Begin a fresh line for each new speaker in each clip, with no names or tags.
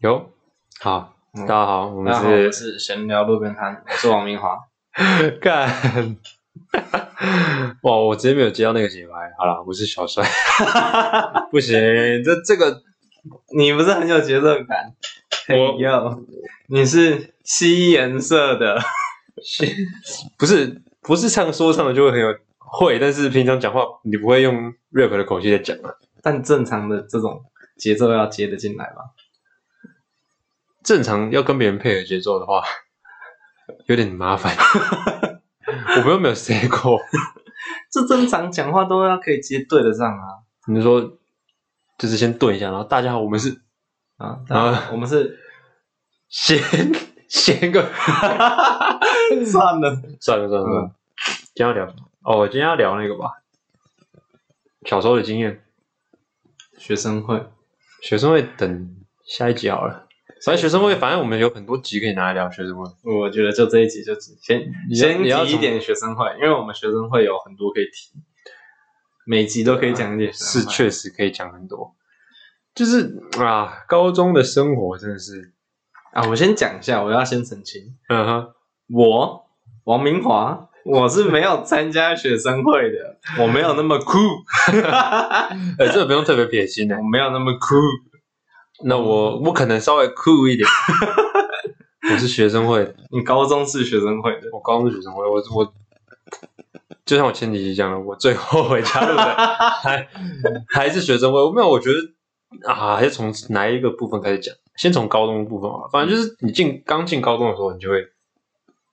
有好，
嗯
大家好，我们
大家好，我
是
是闲聊路边摊，我是王明华。
干，哇，我直接没有接到那个节拍。好了，我是小帅， 不行，这这个
你不是很有节奏感？
我
有，你是吸颜色的，
不是不是唱说唱的就会很有会，但是平常讲话你不会用 rap 的口气在讲啊。
但正常的这种节奏要接得进来吧？
正常要跟别人配合节奏的话，有点麻烦。 我们又没有 say 过，
这正常讲话都要可以接对得上啊
你说就是先顿一下，然后大家好，我们是
啊！
啊
我们是
先先个。
算了，
算了算了，算了，今天要聊哦，我今天要聊那个吧，小时候的经验，
学生会
学生会等下一集好了。反正学生会，反正我们有很多集可以拿来聊学生会。
我觉得就这一集就只先
你要
先
你要
提一
从
点学生会，因为我们学生会有很多可以提，每集都可以讲一点学
是
生会。
确实可以讲很多，就是啊，高中的生活真的是，
啊，我先讲一下，我要先澄清，
嗯哼，
我王明华，我是没有参加学生会的，我没有那么酷，
呃，这个不用特别撇清的
我。没有那么酷。
那我我可能稍微酷一点，嗯 我是学生会的，
你高中是学生会的，
我高中是学生会，我我就像我前几集讲的，我最后悔加入的还还是学生会。没有，我觉得啊，还是从哪一个部分开始讲？先从高中的部分吧。反正就是你进刚进高中的时候，你就会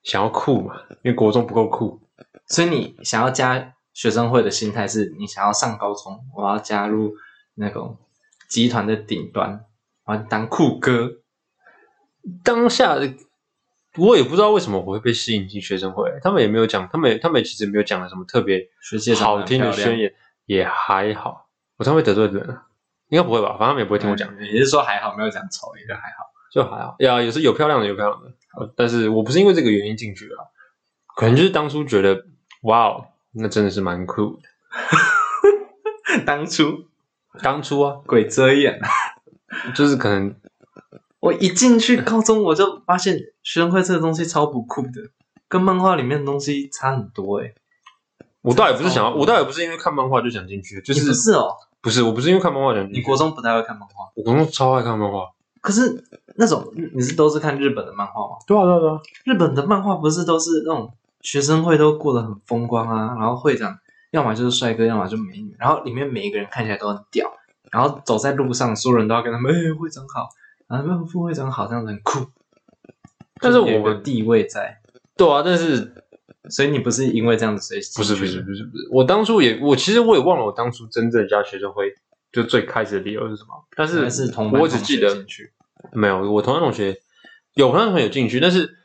想要酷嘛，因为国中不够酷。
所以你想要加学生会的心态是你想要上高中，我要加入那种集团的顶端，我要当酷哥。
当下的我也不知道为什么我会被吸引进学生会，他们也没有讲，他们也他们也其实没有讲了什么特别
学姐长得
好
很
听的
漂亮
宣言，也还好。我才会得罪人啊，应该不会吧？反正他们也不会听我讲。
嗯也是说还好，没有讲丑，也就还好。
就还好哎呀，也是有漂亮的有漂亮的，呃但是我不是因为这个原因进去的啊，可能就是当初觉得哇哦，那真的是蛮酷的。
当初
当初啊，
鬼遮眼，
就是可能
我一进去高中，我就发现学生会这个东西超不酷的，跟漫画里面的东西差很多哎、欸。
我倒也不是想要，我倒也不是因为看漫画就想进去，就
你不
是
是哦，
不是我不是因为看漫画想进去。
你国中不太会看漫画，
我国中超爱看漫画，
可是那种你是都是看日本的漫画吗？
对啊对啊对啊，
日本的漫画不是都是那种学生会都过得很风光啊，然后会长要么就是帅哥，要么就美女，然后里面每一个人看起来都很屌，然后走在路上，所有人都要跟他们哎、会长好，然后副会长好，这样子很酷。
但是
就是有一
我
个地位在，
对啊，但是
所以你不是因为这样子所以
不是不
进去
是
的
不是不是，我当初也我其实我也忘了我当初真正加学生会就最开始的理由是什么，但
原
是
来是同班
我只
同
记
学
得
进去
没有，我同班同学有同班同学有进去，但是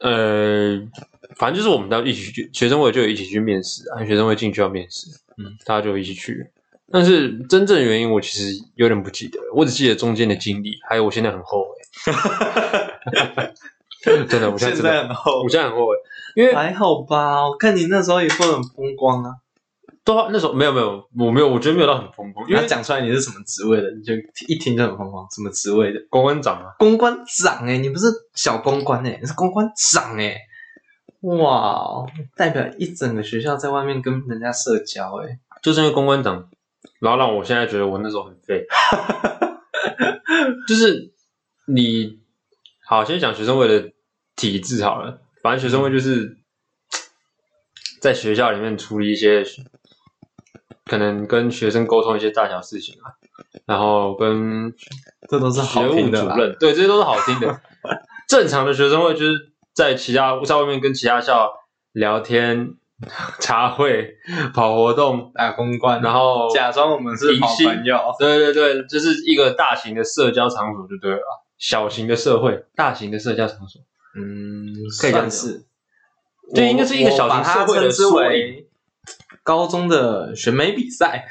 呃，反正就是我们到一起去学生会就有一起去面试啊，学生会进去要面试，
嗯，
大家就一起去。但是真正的原因我其实有点不记得，我只记得中间的经历，还有我现在很后悔。 真的，我现在真的，
很后
我现在很后悔，因为
还好吧？我看你那时候也过得很风光啊。
都那时候没有没有，我没有，我觉得没有到很风光，因
他
为
讲出来你是什么职位的，你就一听就很风光。什么职位的？
公关长啊，
公关长哎、你不是小公关哎、你是公关长哎、哇，代表一整个学校在外面跟人家社交哎、
就是因为公关长，然后让我现在觉得我那时候很废。就是你好，先讲学生会的体制好了。反正学生会就是在学校里面处理一些可能跟学生沟通一些大小事情啊，然后跟
这都是
学
好
务
听
主
的啦。
任，对，这些都是好听的。正常的学生会就是在其他在外面跟其他校聊天、 茶会、跑活动，
打公关，
然后
假装我们是
迎
好
新
朋友，
对对对，就是一个大型的社交场所就对了啊，小型的社会，大型的社交场所，
嗯，
可以这样
算是。
对
我
应该是一个小型社会的
我把它称之
缩影
为高中的选美比赛。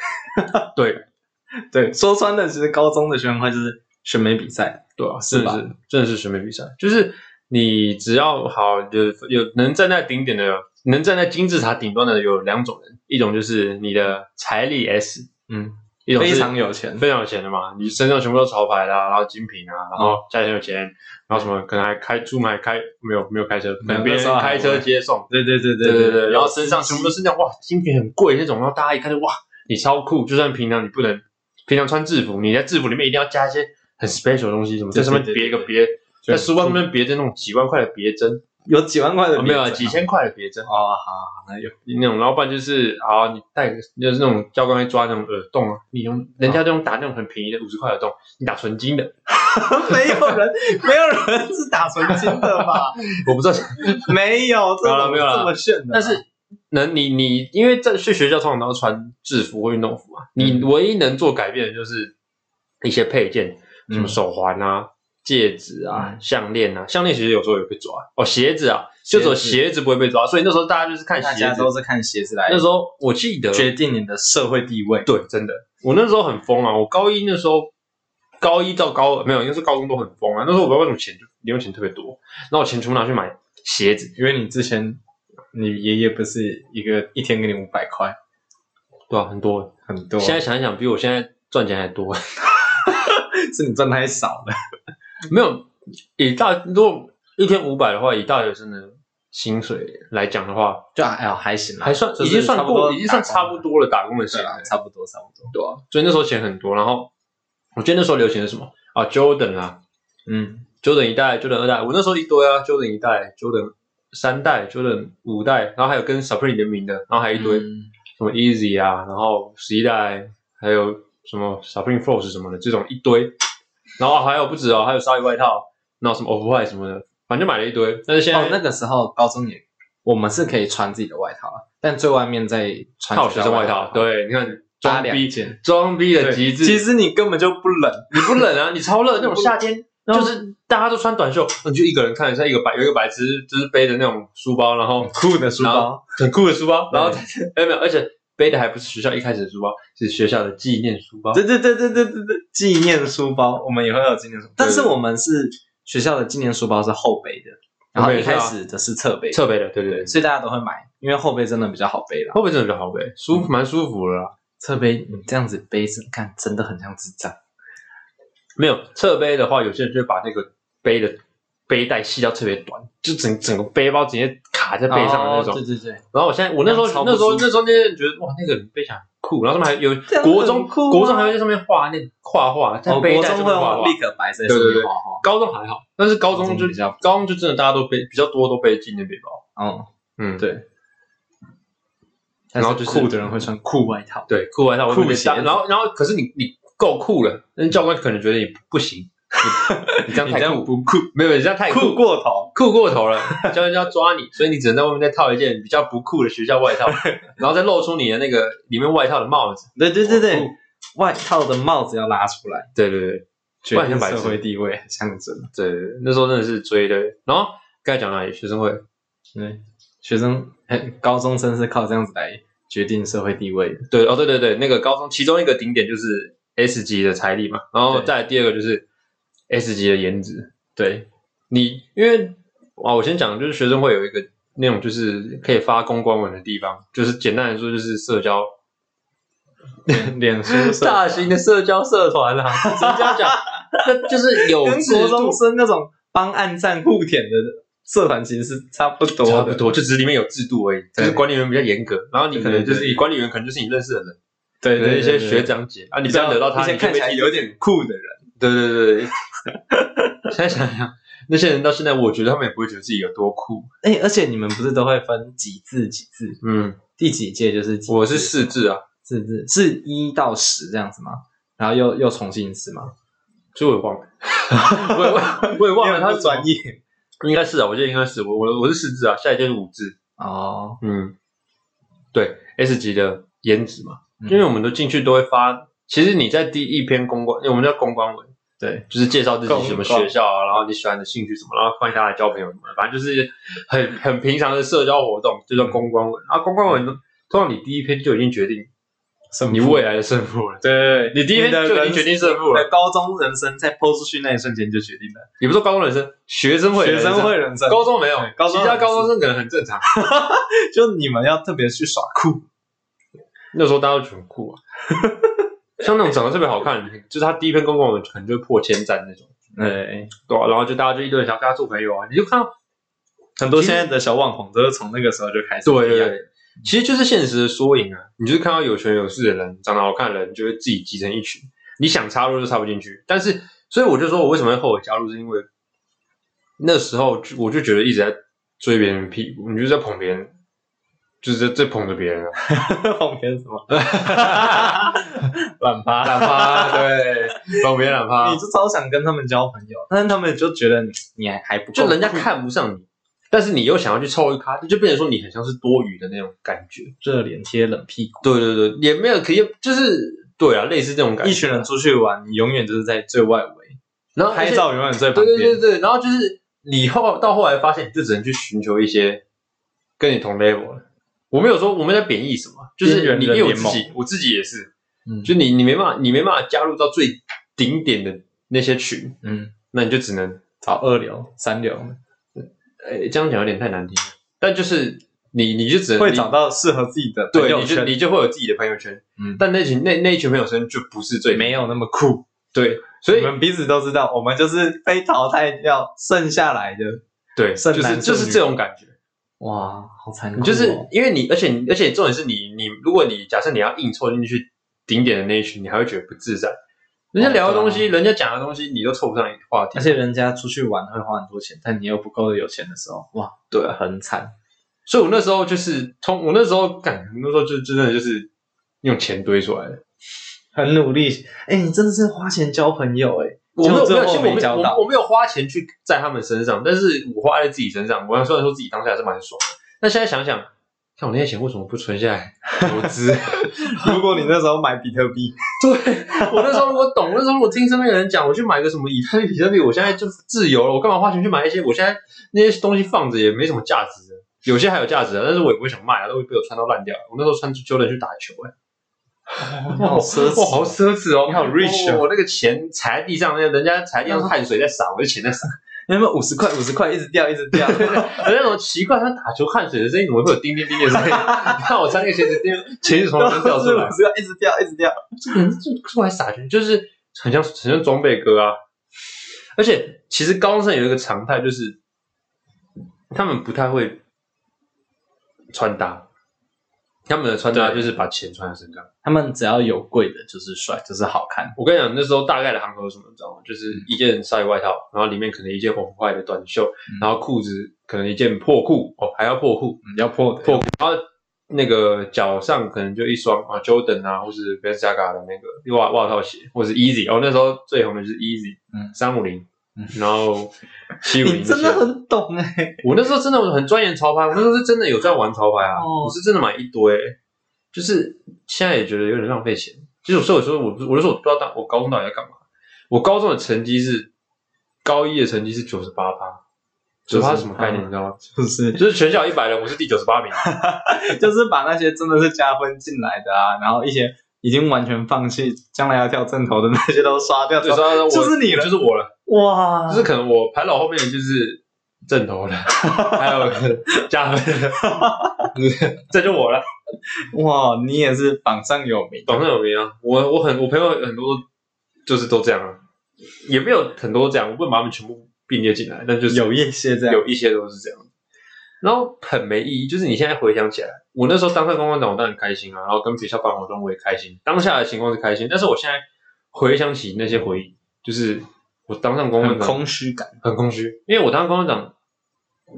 对
对，说穿了，其实高中的选美会就是选美比赛。
对啊，
是
真的
吧
是真的是选美比赛，就是你只要好有有能站在顶点的，能站在金字塔顶端的有两种人，一种就是你的财力 S，
嗯，
一种是
非常有钱，
非常有钱的嘛，你身上全部都潮牌的、啊，然后精品啊，然后家里很有钱，然后什么可能还开出门还开没有没有开车，可
没有
能别
那时候
人
还
开车接送，
对对对
对
对
对对，然后身上全部都是那种哇精品很贵那种，然后大家一看就哇你超酷，就算平常你不能平常穿制服，你在制服里面一定要加一些很 special 的东西，什么在
对对
上面
对
别一个
对
别，在
就
书包上面别着那种几万块的别针，
有几万块的、
哦没有啊几千块的别针
哦，。好好好，有
那种，然后不然就是啊，你戴个就是那种教官会抓那种耳洞啊，你用人家都用打那种很便宜的五十块耳洞，你打纯金的，
没有人没有人是打纯金的 吧？
我不知道，
没有，这
没有啦
种
没有啦
这么炫的，啊
但是能你你因为在去学校通常都穿制服或运动服啊，你
嗯
唯一能做改变的就是一些配件，什么
嗯
手环啊、戒指啊、
嗯
项链啊，项链其实有时候也被抓哦，鞋子啊，就只有
鞋子
鞋子不会被抓，所以那时候大家就是看
大
鞋
家
子。
都是看鞋子来
那时候我记得
决定你的社会地位。
对，真的，我那时候很疯啊！我高一那时候，高一到高二没有，应该是高中都很疯啊。那时候我不知道为什么钱就零用钱特别多，那我钱全部拿去买鞋子，
因为你之前你爷爷不是一个一天给你五百块，
对啊吧、很多。
很多，
现在想一想，比我现在赚钱还多。
是你赚太少了。
没有，以大如果一天五百的话，以大学生的薪水来讲的话，
就还好还行啦，
还算
就
已
啊是
经算
差不多
过，已经算差不多了打工的钱
对啊
了
啦，差不多差不多。
对啊，所以那时候钱很多。然后我记得那时候流行的是什么啊，Jordan 啊，
嗯，
Jordan 一代、Jordan 二代，我那时候一堆啊，Jordan 一代、Jordan 三代、Jordan 五代，然后还有跟 Supreme 联名的，然后还有一堆、
嗯
什么 Easy 啊，然后十一代，还有什么 Supreme Force 什么的，这种一堆，然后还有不止哦，还有鲨鱼外套，然后什么 Off White 什么的，反正买了一堆。但是现在、
哦，那个时候高中也我们是可以穿自己的外套啦，但最外面再穿
套学生外套
套，，
对，你看
搭
装
两
逼，
件。
装逼的极致，
其实你根本就不冷，
你不冷啊，哦你超热，那种夏天
然后
就是大家都穿短袖，你就一个人看一下，一个白有一个白痴，就是背着那种书包，然后
酷的书
然
包，
很酷的书包，然后
对
哎没有，而且背的还不是学校一开始的书包，是学校的纪念书包。
对对对对对对对，纪念书包，我们也会有纪念书包，但是我们是学校的纪念书包是后背的，然后
我们
一
也是啊
开始的是侧背，
侧背的，对对对，
所以大家都会买，因为后背真的比较好背啦。
后背真的比较好背，舒
嗯
服蛮舒服的啦。
侧背你这样子背着，看真的很像智障。
没有侧背的话，有些人就会把那个背的背带系到特别短，就整整个背包直接卡在背上的那种。
哦对对对，
然后我现在我那时候
那超不
那时候
舒服
那时候那些人觉得哇那个人背起来很酷，然后他们还有
这样
国中、
很酷啊
国中还会在上面画那画画，在
哦，
背
国
带
中
上
会
面画
有
画。
立可白色
对对对
上面画
高中还好，但是高中就
高中比较
高中就真的大家都背比较多都背纪念背包，
画，哦，
嗯，
对。
然后
但
就是是
酷的人会穿酷外套，
对，酷外套会
酷
被
鞋
打
子
然后然后可是你你够酷了，但是教官可能觉得你不不行，你你这样
你
太
这样
酷，
不酷，
没有没有你这样太
酷
酷
过头。
酷过头了， 教官就要抓你，所以你只能在外面再套一件比较不酷的学校 外套，然后再露出你的那个里面外套的帽子，
对对对对
酷，
哦外套的帽子要拉出来，
对对对
决
然
定
像白痴
社会地位象征。
对对，那时候真的是追的，然后刚才讲哪里学生会，
对，学生嘿高中生是靠这样子来决定社会地位的。
对哦对对对，那个高中其中一个顶点就是 S 级的财力嘛，然后
对
再来第二个就是 S 级的颜值，
对，
你因为啊，我先讲，就是学生会有一个那种就是可以发公关文的地方，就是简单来说就是社交
脸脸书 社
大型的社交社团啊啦、只能这样讲，那就是有
跟
制
国
度
中，生那种帮暗战互舔的社团其实是差不多的，
差不多，就只是里面有制度而已，就
对
是管理员比较严格，然后你可能就
对对
是
对
你管理员可能就是你认识的人，
对。
可能
对对，
一些
对
学，长姐啊，你
比
不要
较
惹到他，
一些
你就
看
被
起来
踢
有点酷的人，
对对对对，现在想想。那些人到现在，我觉得他们也不会觉得自己有多酷。
哎，而且你们不是都会分几字几字，
嗯，
第几届就是几字
我是四字啊，
四字，是一到十这样子吗？然后又又重新一次吗？
所以我也忘了， 我也忘了，我也忘了
因为
他
不
是什么
专业
应该是啊，我记得应该是我我我是四字啊，下一届是五字。
哦，
嗯，对，S 级的颜值嘛，
嗯
因为我们都进去都会发。其实你在第一篇公关，因为我们叫公关文，
对，
就是介绍自己什么
公关
学校啊，然后你喜欢的兴趣什么，然后欢迎大家来交朋友什么的，反正就是很很平常的社交活动，就叫公关文。啊，公关文
嗯
通常你第一篇就已经决定
什
你未来的胜负了。
对对对，
你第一天
的
就已
人
经决定胜负
你
了
的高中人生在抛出去那一瞬间就决定了，
也不是说高中人生，学生会的
学
人
生会人生，
高中没有
对，高中
其他
很
高中生可能很 正常。
就你们要特别去耍酷，
那时候大家都觉得很酷啊。 像那种长得特别好看，就是他第一篇公告文可能就会破千赞那种，
对，
对啊，然后就大家就一堆人想跟他做朋友啊，你就看到，
很多现在的小网红都是从那个时候就开始
对对
培养
对，其实就是现实的缩影啊，你就是看到有权有势的人，长得好看的人，就会自己集成一群，你想插入就插不进去，但是所以我就说我为什么会后悔加入，是因为那时候就我就觉得一直在追别人屁股，你就在捧别人，就是在在捧着别人啊。
旁边什么？懒趴，
懒趴，对，帮别人懒趴
你，就超想跟他们交朋友，但是他们就觉得你你还还不够，
就人家看不上你，但是你又想要去凑一咖，就变成说你很像是多余的那种感觉。
热脸贴冷屁股。
对对对，也没有，可以就是对啊，类似这种感觉。
一群人出去玩，你永远就是在最外围，
然后而
拍
且，
照永远最旁
对
边。
对对对，然后就是你后到后来发现，你就只能去寻求一些跟你同 level 的。我没有说我们在贬义什么，就
边
是
缘
你因
人
为我
联
自
盟
己，我自己也是，
嗯
就你你没办法，你没办法加入到最顶点的那些群，
嗯，
那你就只能
找二流、三流，
诶，这样讲有点太难听了。但就是你，你就只能
会找到适合自己的朋
对，
友
你就
圈，
你就会有自己的朋友圈。
嗯
但那群那那一群朋友圈就不是最
没有那么酷。
对，所
我
以
们彼此都知道，我们就是被淘汰掉剩下来的。
对，
剩
就是
男
就
剩
是
女
这种感觉，
哇，好残酷、哦
你就是因为你，而且你而且重点是你你，如果你假设你要硬凑进去顶点的那一群，你还会觉得不自在。人家
哦
聊的东
啊
西，人家讲的东西，你都凑不上话题
而。且人家出去玩会花很多钱，但你又不够有钱的时候，哇，
对啊，
很惨。
所以我那时候就是通，我那时候感，我那时候就真的就是用钱堆出来的。
很努力，哎、你真的是花钱交朋友、哎，
我没有，
结
没
果
有，其
最
实
后
我没
没交
有，
到
我我没有花钱去在他们身上，但是我花在自己身上。我虽然说自己当下还是蛮爽的，但现在想想，看我那些钱为什么不存下来投资？
如果你那时候买比特币，
对我那时候如果懂，那时候我听身边的人讲，我去买个什么以太币、比特币，我现在就自由了，我干嘛花钱去买一些？我现在那些东西放着也没什么价值的，有些还有价值的，但是我也不会想卖啊，都会被我穿到烂掉。我那时候穿 Jordan 去打球、欸，
你 好奢侈
哇，好奢侈哦！
你好 rich 哦
我我那个钱踩在地上，那人家踩地上是汗水在洒，我的钱在洒。
那么五十块，五十块一直掉，一直 掉，
有那种奇怪，他打球汗水的声音怎么会有叮叮叮的声音？ 你看我穿那个鞋子，叮鞋子从中掉出来
五，十块一直掉，一直掉。
这个人这出来傻圈，就是很像很像装备哥啊。而且其实高中生有一个常态，就是他们不太会穿搭，他们的穿搭
对
就是把钱穿在身上。
他们只要有贵的，就是帅，就是好看。
我跟你讲，那时候大概的行头是什么，你知道吗？就是一件鲨鱼外套，然后里面可能一件红外的短袖，然后裤子可能一件破裤哦，还要破裤，
嗯，要破的，
破裤，然后那个脚上可能就一双啊 Jordan 啊，或是 Balenciaga 的那个袜袜套鞋，或是 Easy。哦，那时候最红的就是 Easy，
嗯
三五零
嗯，
然后七五零。
你真的，很懂哎、
我那时候真的很钻研潮牌，我那时候是真的有在玩潮牌啊，
哦
我是真的买一堆，就是现在也觉得有点浪费钱。其实有时候我说我不我就说我不知道当我高中到底在干嘛。我高中的成绩是高一的成绩是九十八趴，九十八是什么概念？
嗯
你知道吗？
就是
就是全校一百人，我是第九十八名。
就是把那些真的是加分进来的啊，然后一些已经完全放弃将来要跳正头的那些都刷掉，
对，所以他说我
就是你了
就是我了，
哇，
就是可能我排老后面的就是正头了，还有加分的，这就我了，
哇，你也是榜上有名，
榜上有名啊！我我很我朋友很多就是都这样啊，也没有很多这样，我不能把他们全部并列进来，但就是
有一些这样，
有一些都是这样。然后很没意义，就是你现在回想起来，我那时候当上公关长，我当然开心啊，然后跟学校办活动我也开心，当下的情况是开心，但是我现在回想起那些回忆，就是我当上公关
很
长，
空虚感，
很空虚，因为我当公关长，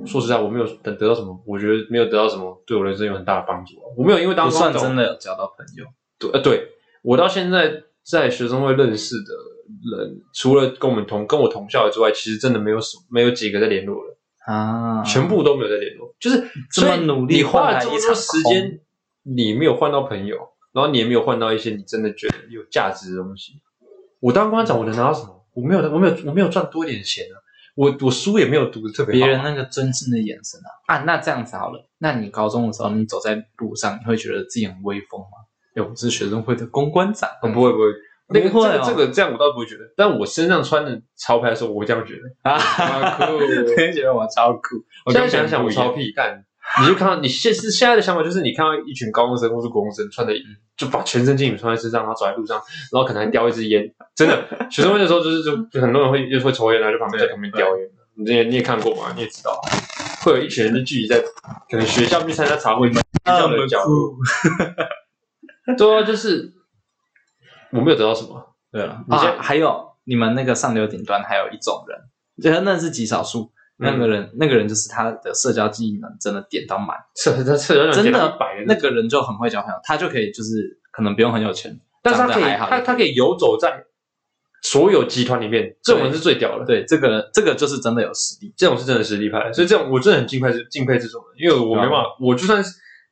说实在，我没有得得到什么，我觉得没有得到什么对我人生有很大的帮助啊。我没有因为当
不
公关
算
长，
真的有交到朋友。
对呃对，我到现在在学生会认识的人，除了跟我们同跟我同校之外，其实真的没有什没有几个在联络了，
啊，
全部都没有在联络。就是
这么
所以
努力
你花
换
了
来
这么
一
多
场
时间，你没有换到朋友，然后你也没有换到一些你真的觉得有价值的东西。我当公关长，我能拿到什么？我没有，我没有，我没有赚多一点钱啊。我我书也没有读的特别好
别
啊，
人那个尊敬的眼神啊啊！那这样子好了，那你高中的时候，你走在路上，你会觉得自己很威风吗？哎，我是学生会的公关长，
哦，不会不会，那个
不会
这个
哦
这个这样我倒不会觉得，但我身上穿的潮 牌的时候，我会这样觉得。
啊，
啊酷！
我 觉得我超酷。我
现在
跟别
想
人
想
不
我
一样
超屁，干你就看到你现是现在的想法就是，你看到一群高中生或是国中生穿的，就把全身精力穿在身上，然后走在路上，然后可能还叼一支烟。真的，学生会的时候就是就就很多人会就会抽烟啊，就旁边在旁边叼烟。你也你也看过嘛，你也知道，啊会有一群人就聚集在可能学校去参加茶会，学
嗯
校的角落。对啊，就是我没有得到什么，
对了，
你
啊
先，
还有你们那个上流顶端还有一种人，就是那是极少数，那个人、那个人就是他的社交技能真的点到满，
这这这
真的
白
那个人就很会交朋友，他就可以就是可能不用很有钱，
但是他
长
可
得
以
还好
他他可以游走在所有集团里面，这种人是最屌的。
对这个人这个就是真的有实力，
这种是真的实力派，所以这种我真的很敬佩这敬佩这种人，因为
啊
我没办法，我就算是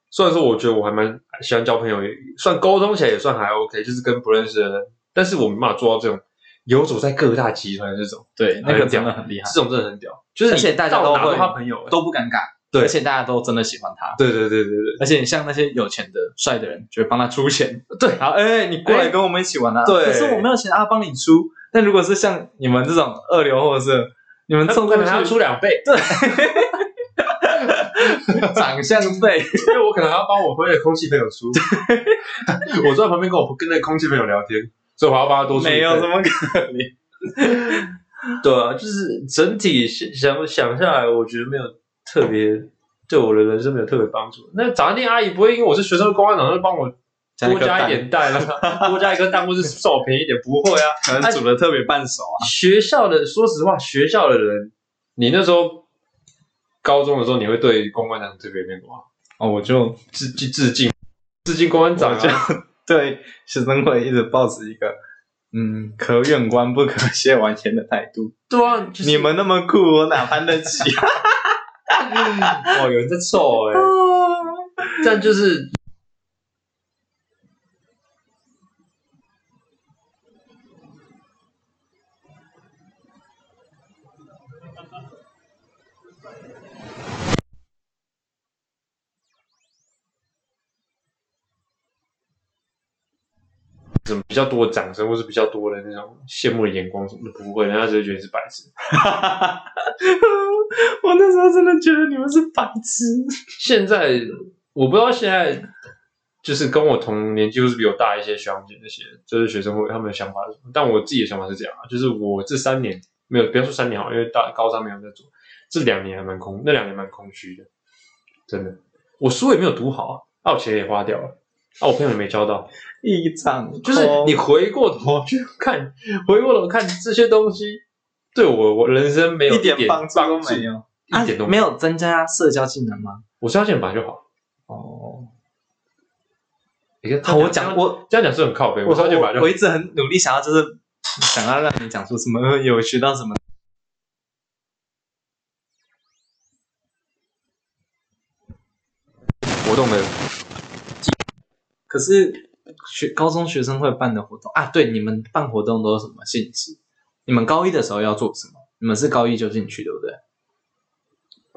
虽然说我觉得我还蛮喜欢交朋友，也算沟通起来也算还 OK，就是跟不认识的人，但是我没办法做到这种游走在各大集团的这种，
对那个
很屌
真的很厉害，
这种真的很屌，就是
而且大家
到
都
哪
会
他朋友，
都不尴尬，
对
而且大家都真的喜欢他，
对对对对对
而且像那些有钱的帅的人，就会帮他出 钱，
对
好，哎、你过来
哎
跟我们一起玩啊，
对
可是我没有钱啊，帮你出，但如果是像你们这种二流或者是你们
对，
送
送可
过去
能还要出两倍， 对，
长相费，
因为我可能还要帮我朋友的空气朋友 出，我坐在旁边跟我跟那个空气朋友聊天，所以我还要帮他多出一
没有
倍
这么可怜。
对啊，就是整体想想下来，我觉得没有特别对我的人生没有特别帮助。那早餐店阿姨不会因为我是学生公安长就帮我 多加一点蛋啦， 多加一颗蛋，或是算我便宜一点，不会 啊。
可能煮的特别半熟啊。
学校的，说实话，学校的人，你那时候高中的时候，你会对公安长特别那个吗？
哦，我就
致致致敬，致敬公安长
我就
啊！
对学生会一直抱持一个嗯可远观不可亵玩焉的态度。
对啊，就是
你们那么酷，我哪攀得起？啊
哦，有人在臭 哎、
哦
但就是怎么比较多的掌声，或是比较多的那种羡慕的眼光什么的，不会，人家只会觉得你是白痴。
我那时候真的觉得你们是白痴。
现在我不知道现在就是跟我同年纪或是比我大一些学长姐那些，就是学生会他们的想法是什么？但我自己的想法是这样啊，就是我这三年没有，不要说三年好了，因为大高三没有在做，这两年还蛮空，那两年蛮空虚的，真的。我书也没有读好啊，啊我钱也花掉了，啊，我朋友也没交 到，
一场空
就是你回过头去看，回过头看这些东西，对我我人生没有
一点
点
帮
帮
助都没，有，
一点都
啊没。有增加社交技能吗？
我相信本来就好。
哦，
你看，
好，我讲我
这样讲是很靠背，
我
我超级白
我
就
我一直很努力想要就是想要让你讲出什么呃有学到什么。
活动的
可是学高中学生会办的活动啊，对，你们办活动都有什么性质？你们高一的时候要做什么？你们是高一就进去，对不对？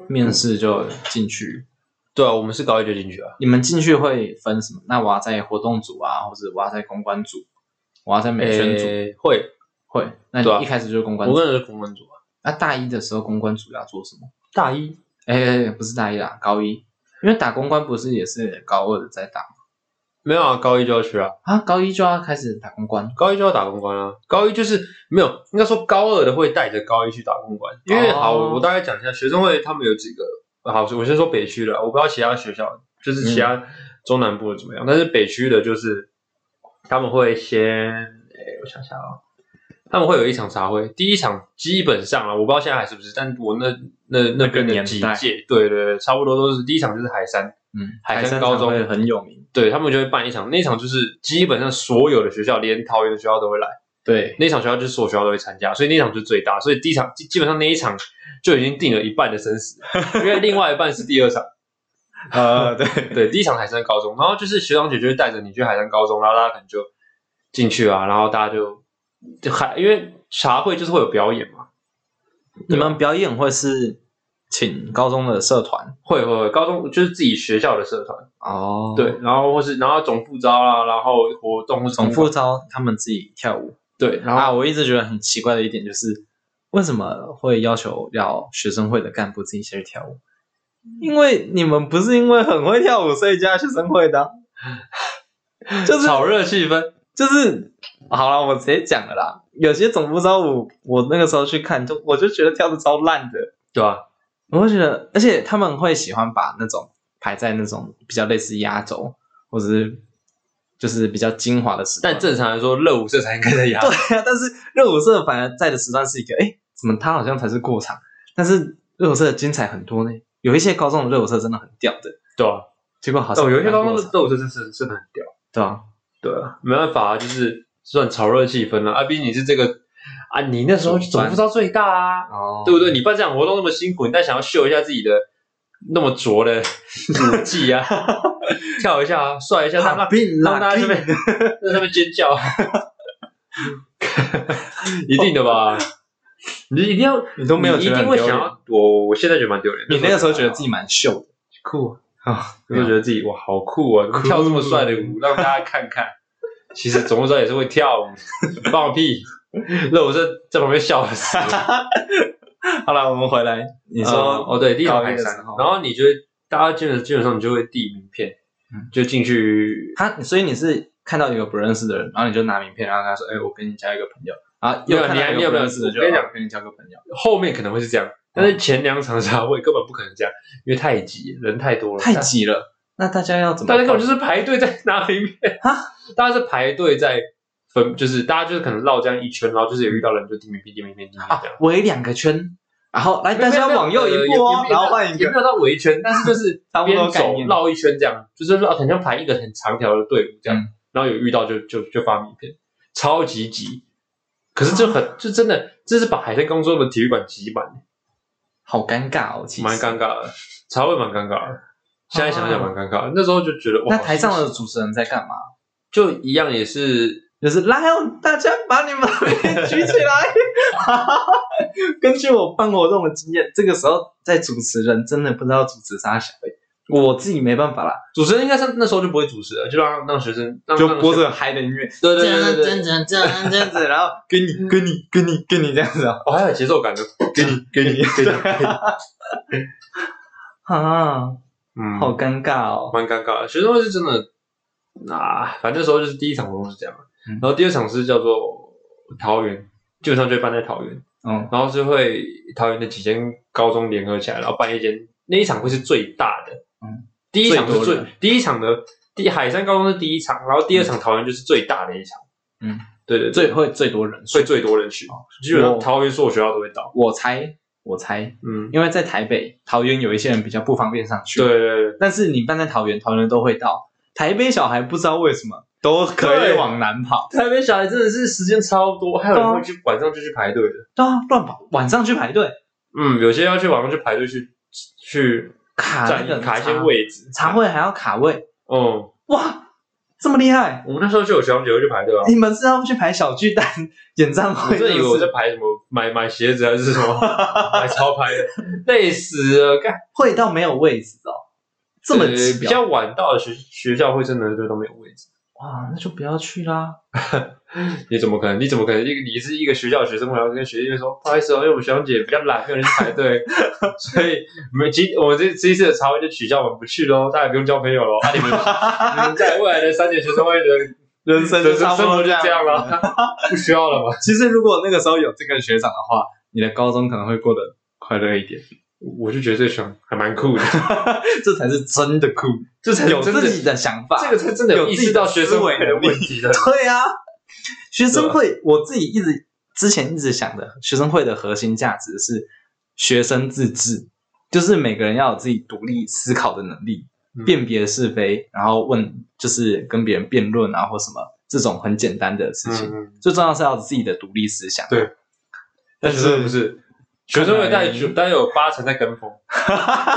面试就进去，
对啊，我们是高一就进去了。
你们进去会分什么？那我要在活动组啊，或者我要在公关组，我要在美宣组、
诶会，
会。那
对啊
你一开始就是公关
我
组。
跟人是公关组啊，
那、大一的时候公关组要做什么？
大一
哎、不是大一啦，高一，因为打公关不是也是高二的在打吗
没有啊，高一就要去啊，
啊，高一就要开始打公关，
高一就要打公关啊，高一就是没有，应该说高二的会带着高一去打公关，因为、
哦
好，我我大概讲一下，学生会他们有几个，好，我先说北区的，我不知道其他学校，就是其
嗯
他中南部的怎么样，但是北区的就是他们会先，哎、我想想啊、他们会有一场茶会，第一场基本上啊，我不知道现在还是不是，但我那那那边的几
那个年代
届，对对对，差不多都是第一场就是海山，
嗯，
海
山
山高中
常会很有名，
对他们就会办一场，那场就是基本上所有的学校，连桃园的学校都会来。
对，
那场学校就是所有学校都会参加，所以那场就是最大。所以第一场基基本上那一场就已经定了一半的生死，因为另外一半是第二场。
呃，对，
对，第一场海山高中，然后就是学长姐就会带着你去海山高中，然后大家可能就进去啊，然后大家就就海，因为茶会就是会有表演嘛，
你们表演会是请高中的社团
会会会，高中就是自己学校的社团，
哦
对，，然后或是然后总副招啦、然后活动或是
总副招他们自己跳舞
对，然后
啊，我一直觉得很奇怪的一点就是，为什么会要求要学生会的干部自己先去跳舞？因为你们不是因为很会跳舞所以加学生会的啊、就是
炒热气氛。
就是好了，我直接讲了啦。有些总部招舞，我那个时候去看，就我就觉得跳的超烂的，
对吧？
我会觉得，而且他们会喜欢把那种排在那种比较类似压轴，或者是就是比较精华的时段。
但正常来说，热舞社才应该在压
对。啊， 但是热舞社反而在的时段是一个，哎，怎么他好像才是过场？但是热舞社的精彩很多呢，有一些高中的热舞社真的很屌的，
对啊，
结果好像
哦，有一些高中的
过场
热舞社真是真的很屌。
对啊，
对啊，没办法啊，就是算炒热气氛了。阿斌，你是这个啊，你那时候总不招最大啊，
哦
对不对？你办这场活动那么辛苦，你但想要秀一下自己的那么拙 的舞技啊，跳一下啊，帅一下，让
哈
让
宾
让大
拉
家这
宾
边在上面尖叫， 一定的吧？你一定要，
哦你都没有
你
觉
一
得
定
很
会
丢
想
脸？
要，我我现在觉得蛮丢脸。
你那个时候觉得自
己
己蛮秀的，酷啊，
就觉得自己哇好酷啊，跳这么帅的舞，让大家看看。 其实总部长也是会跳舞，放屁！那 我在在旁边笑死。
好了，我们回来， 你说、
呃哦，对，第一场
高一
海
的
山
时候，
然后你觉得大家基本基本上你就会递名片
嗯，
就进去。
他，所以你是看到一个不认识的人，然后你就拿名片，然后跟他说：“哎、我跟你交一个朋友。”啊，
没
又
有
看
你
到
还
一
你
个
有
不
没有
认识的，
我
就
跟你讲
哦跟你交个朋友。
后面可能会是这
嗯
样，但是前两场茶会根本不可能这样，因为太挤，人太多了，
太挤了，那大家要怎么
大
办？
家根本就是排队在拿名片
啊，
大家是排队在分，就是大家就是可能绕这样一圈，然后就是有遇到人就递名片、递名片、递名片
啊
这样。，
围两个圈，然后 来大
没有
家
没有
往右
呃
一
也
步哦
也没，有
然后换一
也
个
没。有到围圈，但是就是
差不多
边
概
走
念
绕一圈这样，就是绕很像排一个很长条的队伍这样，
嗯
然后有遇到就就就发名片，超级挤。可是就
哦
很就真的，这是把海天宫中的体育馆挤满，
好尴尬哦，其实
蛮尴。尬的，茶会蛮尴尬的。现在想想蛮尴尬的，那时候就觉得哇，
哦那台上
好
的
新奇
主持人在干嘛？
就一样也是，
就是来哦，大家把你们的名片举起来。根据我办活动的经验，这个时候在主持人真的不知道主持啥小欸我自己没办法啦，
主持人应该是那时候就不会主持了，就让让学生让
就
让
播
学
着很嗨的音乐，
对
这
对对对
样这样
对，
这样这样这样子，然后跟你跟你跟你跟你这样子啊
哦还有节奏感的，给你给你给你，给你
啊，
嗯，
好尴尬哦。
蛮尴尬的。学生会是真的啊，反正那时候就是第一场活动是这样嘛，
嗯
然后第二场是叫做桃园，基本上就会办在桃园，
嗯
然后是会桃园的几间高中联合起来，然后办一间，那一场会是最大的，
嗯，
第一场是
最
最
多的
第一场的第海山高中是第一场，然后第二场桃园就是最大的一场，
嗯，哦
对对对，
最会最多人数
所以，最多人去，基本上桃园所有学校都会到，
我猜我猜，
嗯，
因为在台北、桃园有一些人比较不方便上去，
对，对对，
但是你办在桃园，桃园都会到，台北小孩不知道为什么都可以
对
往南跑，
台北小孩真的是时间超多，还有人会去晚上就去排队的。
对啊，乱跑，晚上去排队
嗯，有些要去网上去排队去去
卡那
占
个
卡一些
茶，
位置。
茶会还要卡位，
哦、
哇，这么厉害！
我们那时候就有学长姐会去排队啊。
你们是要去排小巨蛋演唱
我
会？
真的以为我在
是
排什么买买鞋子还是什 么买潮牌的，累死了。干
会到没有位置哦，这么
呃
挤
比
哦
较晚到的学学校会真的就都没有位置。
哇，那就不要去啦。
你怎么可能？你怎么可能？一个你是一个学校的学生，我要跟学弟妹说，不好意思哦，因为我们学长姐比较懒，没有人去排队， 所以没今我们这这一次的茶会就取消，我们不去喽，大家也不用交朋友喽。啊， 你们你们在未来的三年学生会的
人生
生活就这样。了， 不需要了嘛。
其实如果那个时候有这个学长的话，你的高中可能会过得 快乐一点。
我就觉得这熊还蛮酷的，
这才是真的酷，这才有
真的
自己的想 法。
这个才真的
有
有意识到学生会的问题的。
对啊，学生会我自己一直之前一直想的，学生会的核心价值是学生自治，就是每个人要有自己独立思考的能力，
嗯
辨别是非，然后问就是跟别人辩论啊或什么这种很简单的事情。
嗯，
最重要是要有自己的独立思想。
对，
但
但是不
是
是学生会大概
看
大概有八成在跟风，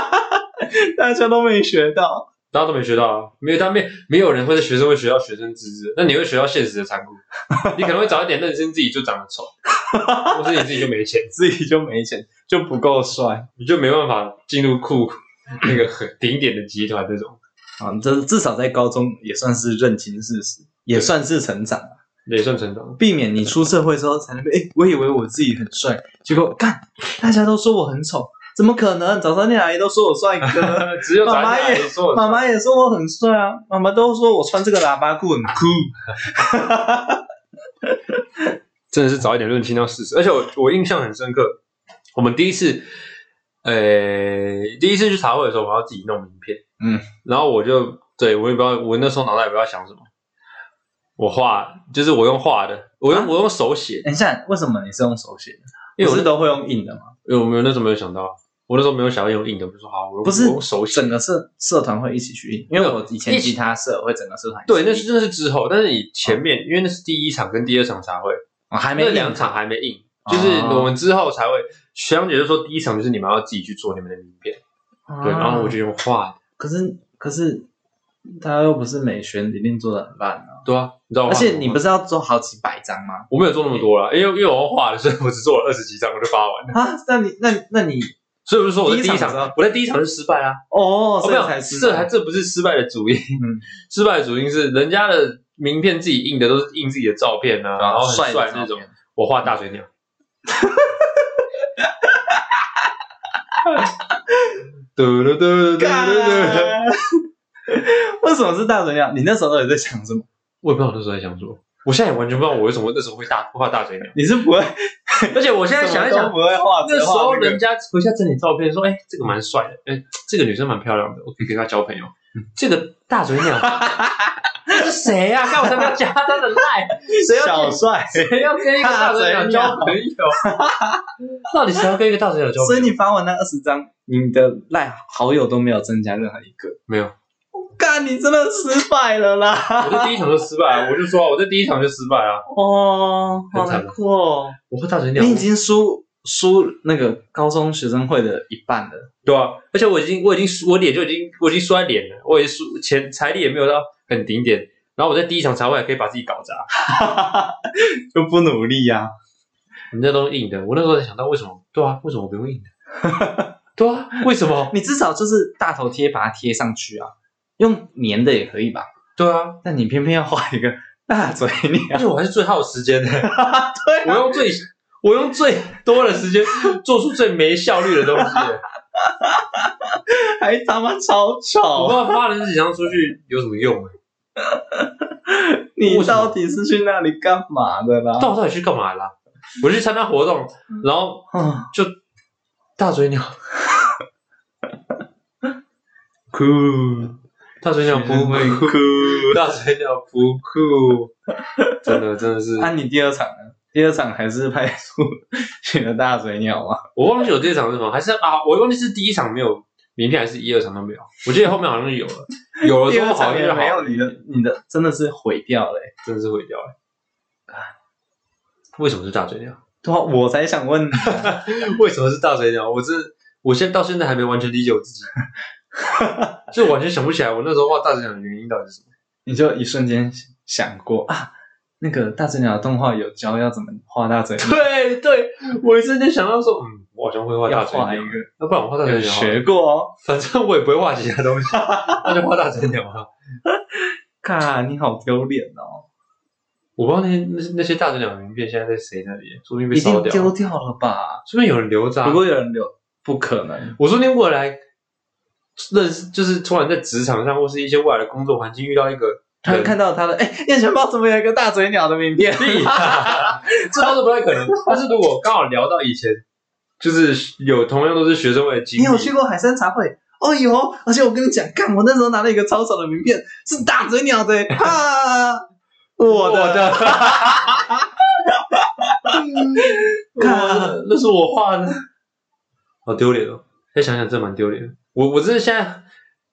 大家都没学到，
大家都没学到啊，没有，但没没有人会在学生会学到学生自治，那你会学到现实的 残酷，你可能会早一点认清自己就长得丑，或是你自己就没钱，
自己就没钱，就不够帅
你就没办法进入酷那个很顶点的集团这种。
啊！这至少在高中也算是认清事实，也算是成长。
也算成 长，
避免你出社会之后才能被。哎、我以为我自己很帅，结果干，大家都说我很丑，怎么可能？早餐店阿姨都说我 帅哥，
只有
妈妈
咱俩
也
说
妈妈也说我很帅啊，妈妈都说我穿这个喇叭裤很酷。
真的是早一点认清到事实。而且我我印象很深刻，我们第一次，呃，第一次去茶会的时候，我要自己弄名片，
嗯，
然后我就对我也不知道，我那时候脑袋也不知道想什么，我画就是我用画的，我用、
啊
我用手写，
等一下，为什么你是用手写的？
因为
不
我
是都会用印的吗？
因为我没有那时候没有想到，我那时候没有想要用硬的，我就说好，我用
不是
我用手写
整。个社社团会一起去印，因为
对
我以前
一起
吉他社会整个社团一起
对，
印
那是那是之后，但是你前面，因为那是第一场跟第二场茶会，
我哦还没
那
印哦
两场还没印，就是我们之后才会。学长姐就说，第一场就是你们要自己去做你们的名片，
哦啊
对，然后我就用画的，
可是可是他又不是美宣，一定做的很烂啊。
对啊，你知道我
而
画什么吗
且你不是要做好几百张吗？
我没有做那么多啦，因为因为我用画的，所以我只做了二十几张我就发完了，
啊，那你那那你
所以我就说我在第
第
一
一场的时
场
候，
我在第一场就失败啦。
哦，
哦，没
这
有，
才是
这还这不是失败的主因，
嗯
失败的主因是人家的名片自己印的都是印自己的照片啊，然后很
帅
帅
的
的那种
照，片
我画大 水鸟。嘟嘟嘟嘟嘟嘟，
干 为什么是大嘴鸟？你那时候到底在想什么？
我也不知道我那时候在想什么，我现在也完全不知道我为什么那时候会大画大水鸟，
你是不会，
而且我现在想一
什么
想
都，不会画，
那时候人
人
家回家整理照片说，哎、这个蛮帅的，哎、这个女生蛮漂亮的，我可以跟她交朋友。
嗯
这个大嘴鸟，那是谁呀、啊？干我才不要加他的赖，谁要
小
跟
帅，
谁要跟一个大嘴鸟交朋友？到底谁要跟一个大嘴鸟交
所
朋
以
友？
你发完那二十张，你的赖好友都没有增加任何一个。
没有，
干，你真的失败了啦！
我在第一场就失败啊了，我就说我在第一场就失败啊了。
哦，好难过、哦，
我和大嘴鸟，
你已经输输那个高中学生会的一半了。
对啊，而且我已经我已经输，我脸就已经我已经输在脸了，我已经输钱财力也没有到很顶点，然后我在第一场才会还可以把自己搞砸。
就不努力呀、啊，
人家都是硬的，我那时候才想到为什么？对啊，为什么我不用硬的？ 对啊，为什么？
你至少就是大头贴把它贴上去啊，用粘的也可以吧？
对啊，
但你偏偏要画一个大嘴
而
脸，
且我还是最耗时间的，
对
我用最我用最多的时间做出最没效率的东西。
还他妈超
我不 知！
丑
道发了这几张出去有什么用、欸？
你到底是去那里干嘛的 啦？
到到底去干嘛啦、我去参加活动，然后
啊
就大嘴鸟，
哭，
大嘴鸟
学生
不
会
哭，大嘴鸟不哭， 真的真的 是，
那、啊你第二场呢？第二场还是派出选了大嘴鸟吗？
我忘记我第一场是什么，还是啊，我忘记是第一场没有名片，还是一二场都没有。我记得后面好像有 了，有了
第
之
二
后好
场
像
也
就
没
好
有
了，
你的，你的真的是毁掉了、欸。
真的是毁掉了。为什么是大嘴鸟？
对啊，我才想问你，
为什么是大嘴鸟？我真的， 我现在到现在还没完全理解我自 己，就完全想不起来我那时候画大嘴鸟的原因到底是什么。
你就一瞬间想过啊，那个大嘴鸟的动画有教要怎么画大嘴鸟，
对对，我一瞬间想到说，嗯，我好像会画大
要
嘴
画
鸟
一，个，
要不然我画大
有
嘴鸟好了，
学过哦。
反正我也不会画其他 东西，那就画大嘴鸟啊。
看，你好丢脸哦，
我不知道那些那些那些大嘴鸟的名片现在在谁那里，说不定被
一
烧
定
掉了。
丢掉了吧？
说不定有人留着、啊
如。果有人留，不可能。
我说不定未来认识，就是突然在职场上或是一些未来的工作环境遇到一个
他
人
看到他的，哎、燕泉报怎么有一个大嘴鸟的名片？
屁啊， 这都是不太可能。但是如果刚好聊到以前，就是有同样都是学生会的经
你
历，
有去过海参茶会？哦有，而且我跟你讲，干，我那时候拿了一个超丑的名片，是大嘴鸟的、哈、我 的，
我的，
看
我的那是我画的，好丢脸哦！再想想，真的蛮丢脸的。我我真的现在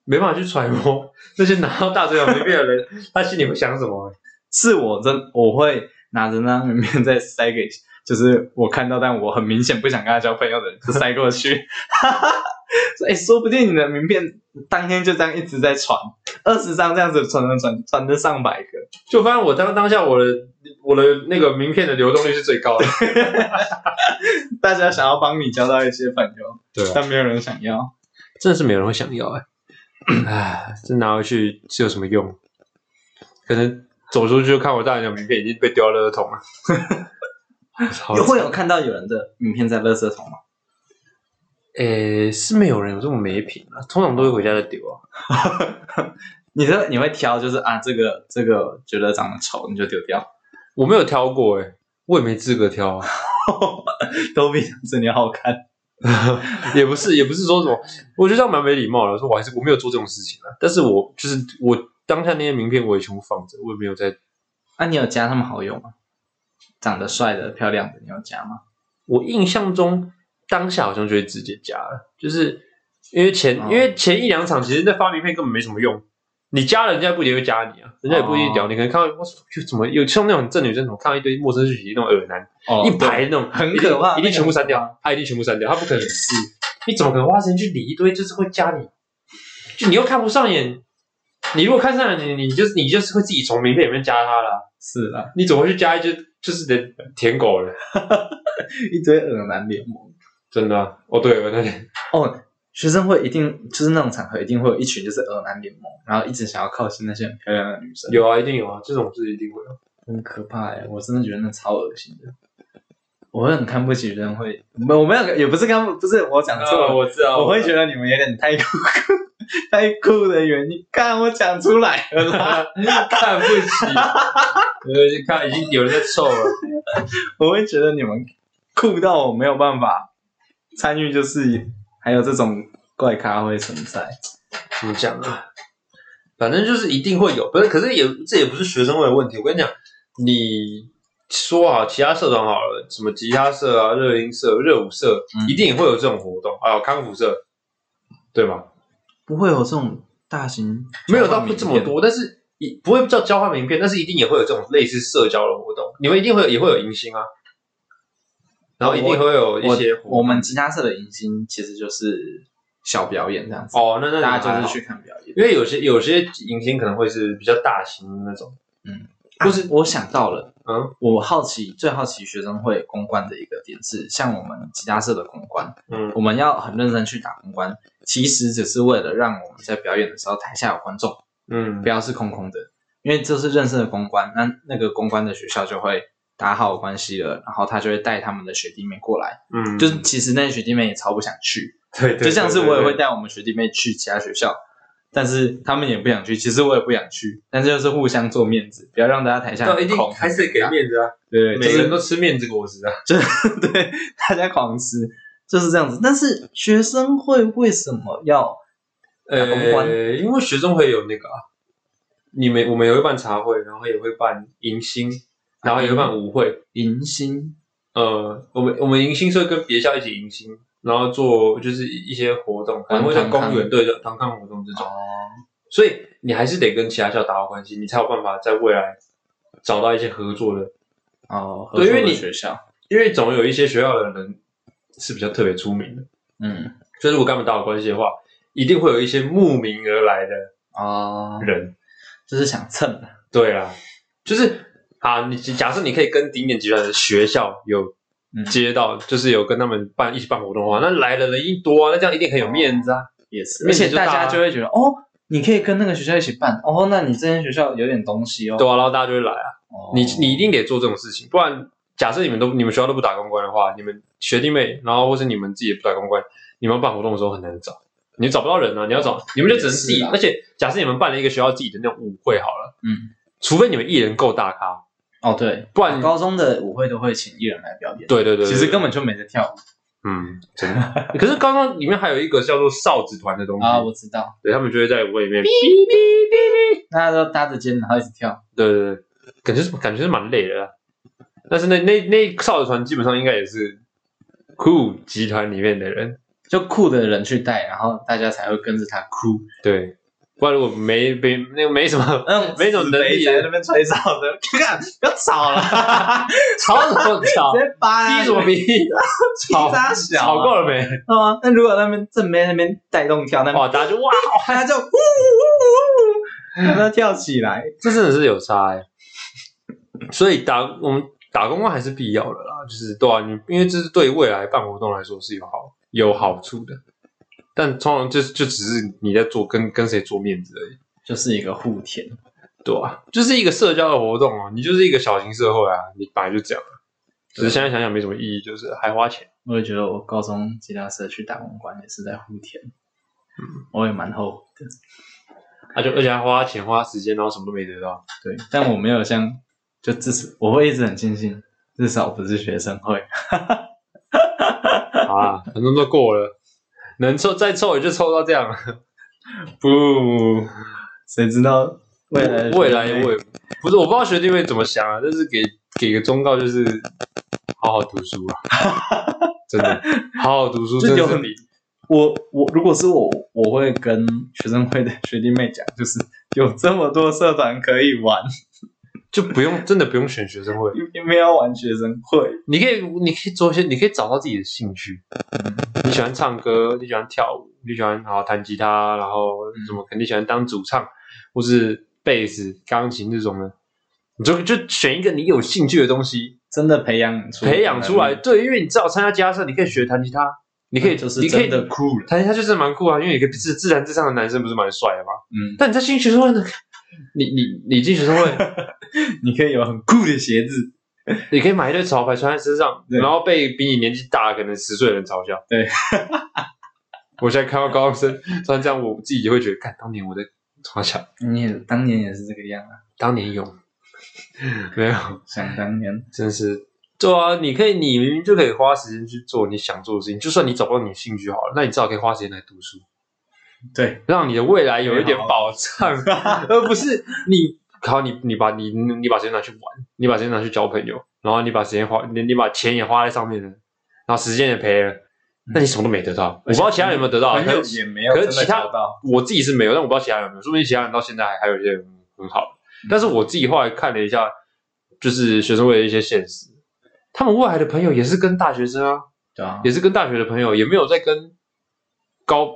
没办法去揣摩那些拿到大嘴鸟名片的人，他心里会想什么。啊
是我真我会拿着那张名片再塞给， 就是我看到，但我很明显不想跟他交朋友的人，就塞过去。 哎、说不定你的名片当天就这样一直在传，二十张这样子传传传，传的上百个。
就发现我当当下我的我的那个名片的流动率是最高的。
大家想要帮你交到一些朋友，
对啊
但没有人想要。
真的是没有人会想要哎、哎，这拿回去是有什么用？可能走出去就看我大人的名片已经被丢到垃圾桶了。 好
有会有看到有人的名片在垃圾桶吗？
诶，是没有人有这么没品啊，通常都会回家再丢啊。
你的你会挑，就是啊，这个这个觉得长得丑，你就丢掉。
我没有挑过诶、我也没资格挑啊。
都比这你好看。
也不是，也不是说什么，我觉得这样蛮没礼貌的。说我还是我没有做这种事情啊，但是我就是我当下那些名片我也全部放着，我也没有在，
那、啊你有加他们好友吗？长得帅的、漂亮的，你有加吗？
我印象中当下好像就会直接加了，就是因为前、
哦
因为前一两场其实那发名片根本没什么用，你加了人家不一定会加你啊，人家也不一定
哦
聊你，可能看到我就怎么有像那种很正女生，怎么看到一堆陌生讯息那种耳男，
哦
一排那种
很可怕
一定一定全部删
那个很可
掉，他一定全部删掉，他不可能是，你怎么可能花时间去理一堆就是会加你，就你又看不上眼，你如果看上眼，你你就是你就是会自己从名片里面加他啦，
是啦，
你怎么会去加一只就是的舔狗了？
一堆恶男联盟。
真的啊、哦对，我那天
哦，学生会一定就是那种场合，一定会有一群就是恶男联盟，然后一直想要靠近那些很漂亮的女生，
有啊，一定有啊，这种事一定会有。
很可怕哎、我真的觉得那超恶心的。我会很看不起学生会，没有我没有，也不是看不，不是我讲错了，
啊我知道
哦我会觉得你们有点太酷， 太酷的原因。看我讲出来了啦，
看不起，呃，就看已经有人在臭了。
我会觉得你们酷到我没有办法参与，就是还有这种怪咖会存在。
怎么讲啊？反正就是一定会有，不是，可是也这也不是学生会的问题。我跟你讲，你说好其他社团好了，什么吉他社啊、热音社、热舞社，
嗯
一定也会有这种活动啊，有康复社，对吗？
不会有这种大型
没有到这么多，但是也不会叫交换名片，但是一定也会有这种类似社交的活动。你们一定会有也会有迎新啊，然后一定会有一
我
些活动
我们吉他社的迎新其实就是小表演这样子，
哦，那那
大
还
家就
好
是去看表演。
因为有些有些迎新可能会是比较大型的那种，
不是，我想到了，
啊嗯
我好奇最好奇学生会公关的一个点是，像我们吉他社的公关，
嗯，
我们要很认真去打公关，其实只是为了让我们在表演的时候台下有观众，
嗯
不，要是空空的，因为这是认识的公关，那那个公关的学校就会打好关系了，然后他就会带他们的学弟妹过来，
嗯，
就是其实那些学弟妹也超不想去，
对，对
就像是
对
我也
对
会带我们学弟妹去其他学校。但是他们也不想去，其实我也不想去，但是就是互相做面子，不要让大家台下
那
很
啊一定
空
还是得给面子啊，
对，
每
就
个人
是
都吃面子果实啊。
对大家狂吃，就是这样子。但是学生会为什么要打公关
呃，因为学生会有那个啊，你们我们也会办茶会，然后也会办迎新，然后也会办舞会。
迎新？
呃，我们我们迎新是会跟别校一起迎新，然后做就是一些活动，可能会在
团康
公园对的团康活动这种。
哦，
所以你还是得跟其他校打好关系，你才有办法在未来找到一些合作的，
哦，
对因为
合作的
你
学校，
因为总有一些学校的人是比较特别出名的。
嗯，
所以如果跟他们打好关系的话，一定会有一些慕名而来的
哦，
人。
就是想蹭啊，
对啊，就是啊，你假设你可以跟顶点集团的学校有
嗯
接到，就是有跟他们办一起办活动的话，那来的人一多啊，那这样一定很有面子啊。
也是而
面积
且
就大
大
啊
家就会觉得哦。你可以跟那个学校一起办哦，那你这间学校有点东西哦。
对啊，然后大家就会来啊。
哦
你你一定得做这种事情，不然假设你们都你们学校都不打公关的话，你们学弟妹，然后或是你们自己也不打公关，你们要办活动的时候很难找，你找不到人啊，你要找你们就只能自
也
己。
是啊
而且假设你们办了一个学校自己的那种舞会好了，
嗯，
除非你们艺人够大咖，
哦对，
不然
高中的舞会都会请艺人来表演，
对对对，
其实根
本
本就没在跳舞
嗯，真的。 可是刚刚里面还有一个叫做哨子团的东西，
啊，我知道，
对他们就会在舞会里面，
大家都搭着肩然后一直跳，
对对对，感觉是感觉是蛮累的啦。但是那那那哨子团基本上应该也是酷集团里面的人，
就酷的人去带，然后大家才会跟着他哭。
对，不然如果没没那个没什么
嗯，
没什么能力
在那边吹哨的，看不要吵了，
吵什么吵
直，接扒
逼
呀
什么逼，吵
大小啊，
吵够了没？
对啊。那如果那边正妹那边带动跳，那边
哇，大家就哇，
他就呜呜呜，让他跳起来。
这真的是有差哎、所以打我们打工还是必要的啦，就是对啊，你因为这是对未来办活动来说是有好有好处的，但通常就就只是你在做跟跟谁做面子而已，
就是一个互舔，
对啊，就是一个社交的活动啊哦、你就是一个小型社会啊，你本来就这样，只是现在想想没什么意义，就是还花钱。
我也觉得我高中吉他社去打公关也是在互填，
嗯
我也蛮后悔的。
他啊就而且还花钱花时间，然后什么都没得 到。
对，但我没有像，就至少我会一直很庆幸，至少不是学生会。
好啊，反正都过了，能凑再凑也就凑到这样。
不， 谁知道未来的学
未来
妹
我也不是我不知道学弟妹怎么想啊，但是给给个忠告就是好好读 书啊，真的好好读书，
这
真
有
的是
很
比
我我如果是我，我会跟学生会的学弟妹讲，就是有这么多社团可以玩，
就不用真的不用选学生会，
因为要玩学生会。
你可以你可以做一些，你可以找到自己的兴趣。你喜欢唱歌，你喜欢跳舞，你喜欢好弹吉他，然后什么，肯定喜欢当主唱或是贝斯、钢琴这种的，你就就选一个你有兴趣的东西，
真的培养出
培养出来，，对，因为你至少参加加社，你可以学弹吉他，你
你
可以，
嗯就是
你可以
真的酷了。
弹吉他就是蛮酷啊，因为你可以自自然自上的男生不是蛮帅的吗？
嗯，
但你在进学生会呢， 你你你进学生会，
你可以有很酷的鞋子，
你可以买一堆潮牌穿在身上，
对
然后被比你年纪大可能十岁的人嘲笑。
对，
我现在看到高中生穿这样，我自己也会觉得，看当年我在嘲笑，
你也当年也是这个样啊，
当年有没有？
想当年。
真是。对啊，你可以，你明明就可以花时间去做你想做的事情，就算你找不到你的兴趣好了，那你至少可以花时间来读书，
对，
让你的未来有一点
美好
保障，而不是你好，你你把你你把时间拿去玩，你把时间拿去交朋友，然后你把时间花，你你把钱也花在上面了，然后时间也赔了，那你什么都没得到。我不知道其他人有没有得到啊，
嗯朋友
可是
也没有
可
真
是
的
其他
找到。
我自己是没有，但我不知道其他人有没有，说不定其他人到现在还还有一些人很好
嗯。
但是我自己后来看了一下，就是学生会的一些现实，他们未来的朋友也是跟大学生啊，
对啊
也，是跟大学的朋友，也没有在跟高，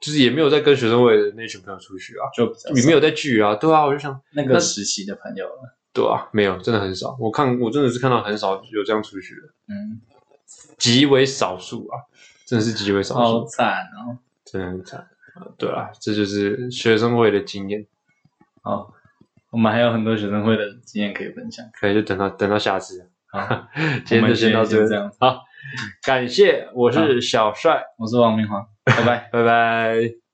就是也没有在跟学生会的那群朋友出去啊，
就比较
也没
少
有在聚啊，对啊，我就想，
那个时期的朋友了。
对啊，没有，真的很少，我看我真的是看到很少有这样出去的，
嗯，
极为少数啊，真的是极为少数
好，惨哦。
真的很惨，对啊，这就是学生会的经验。
好，我们还有很多学生会的经验可以分享。
可能就等到等到下次，
好，
今天就先到
我
这
们今天先这
里。
样。
好，感谢，我是小帅，
我是王明华，拜拜。
拜拜。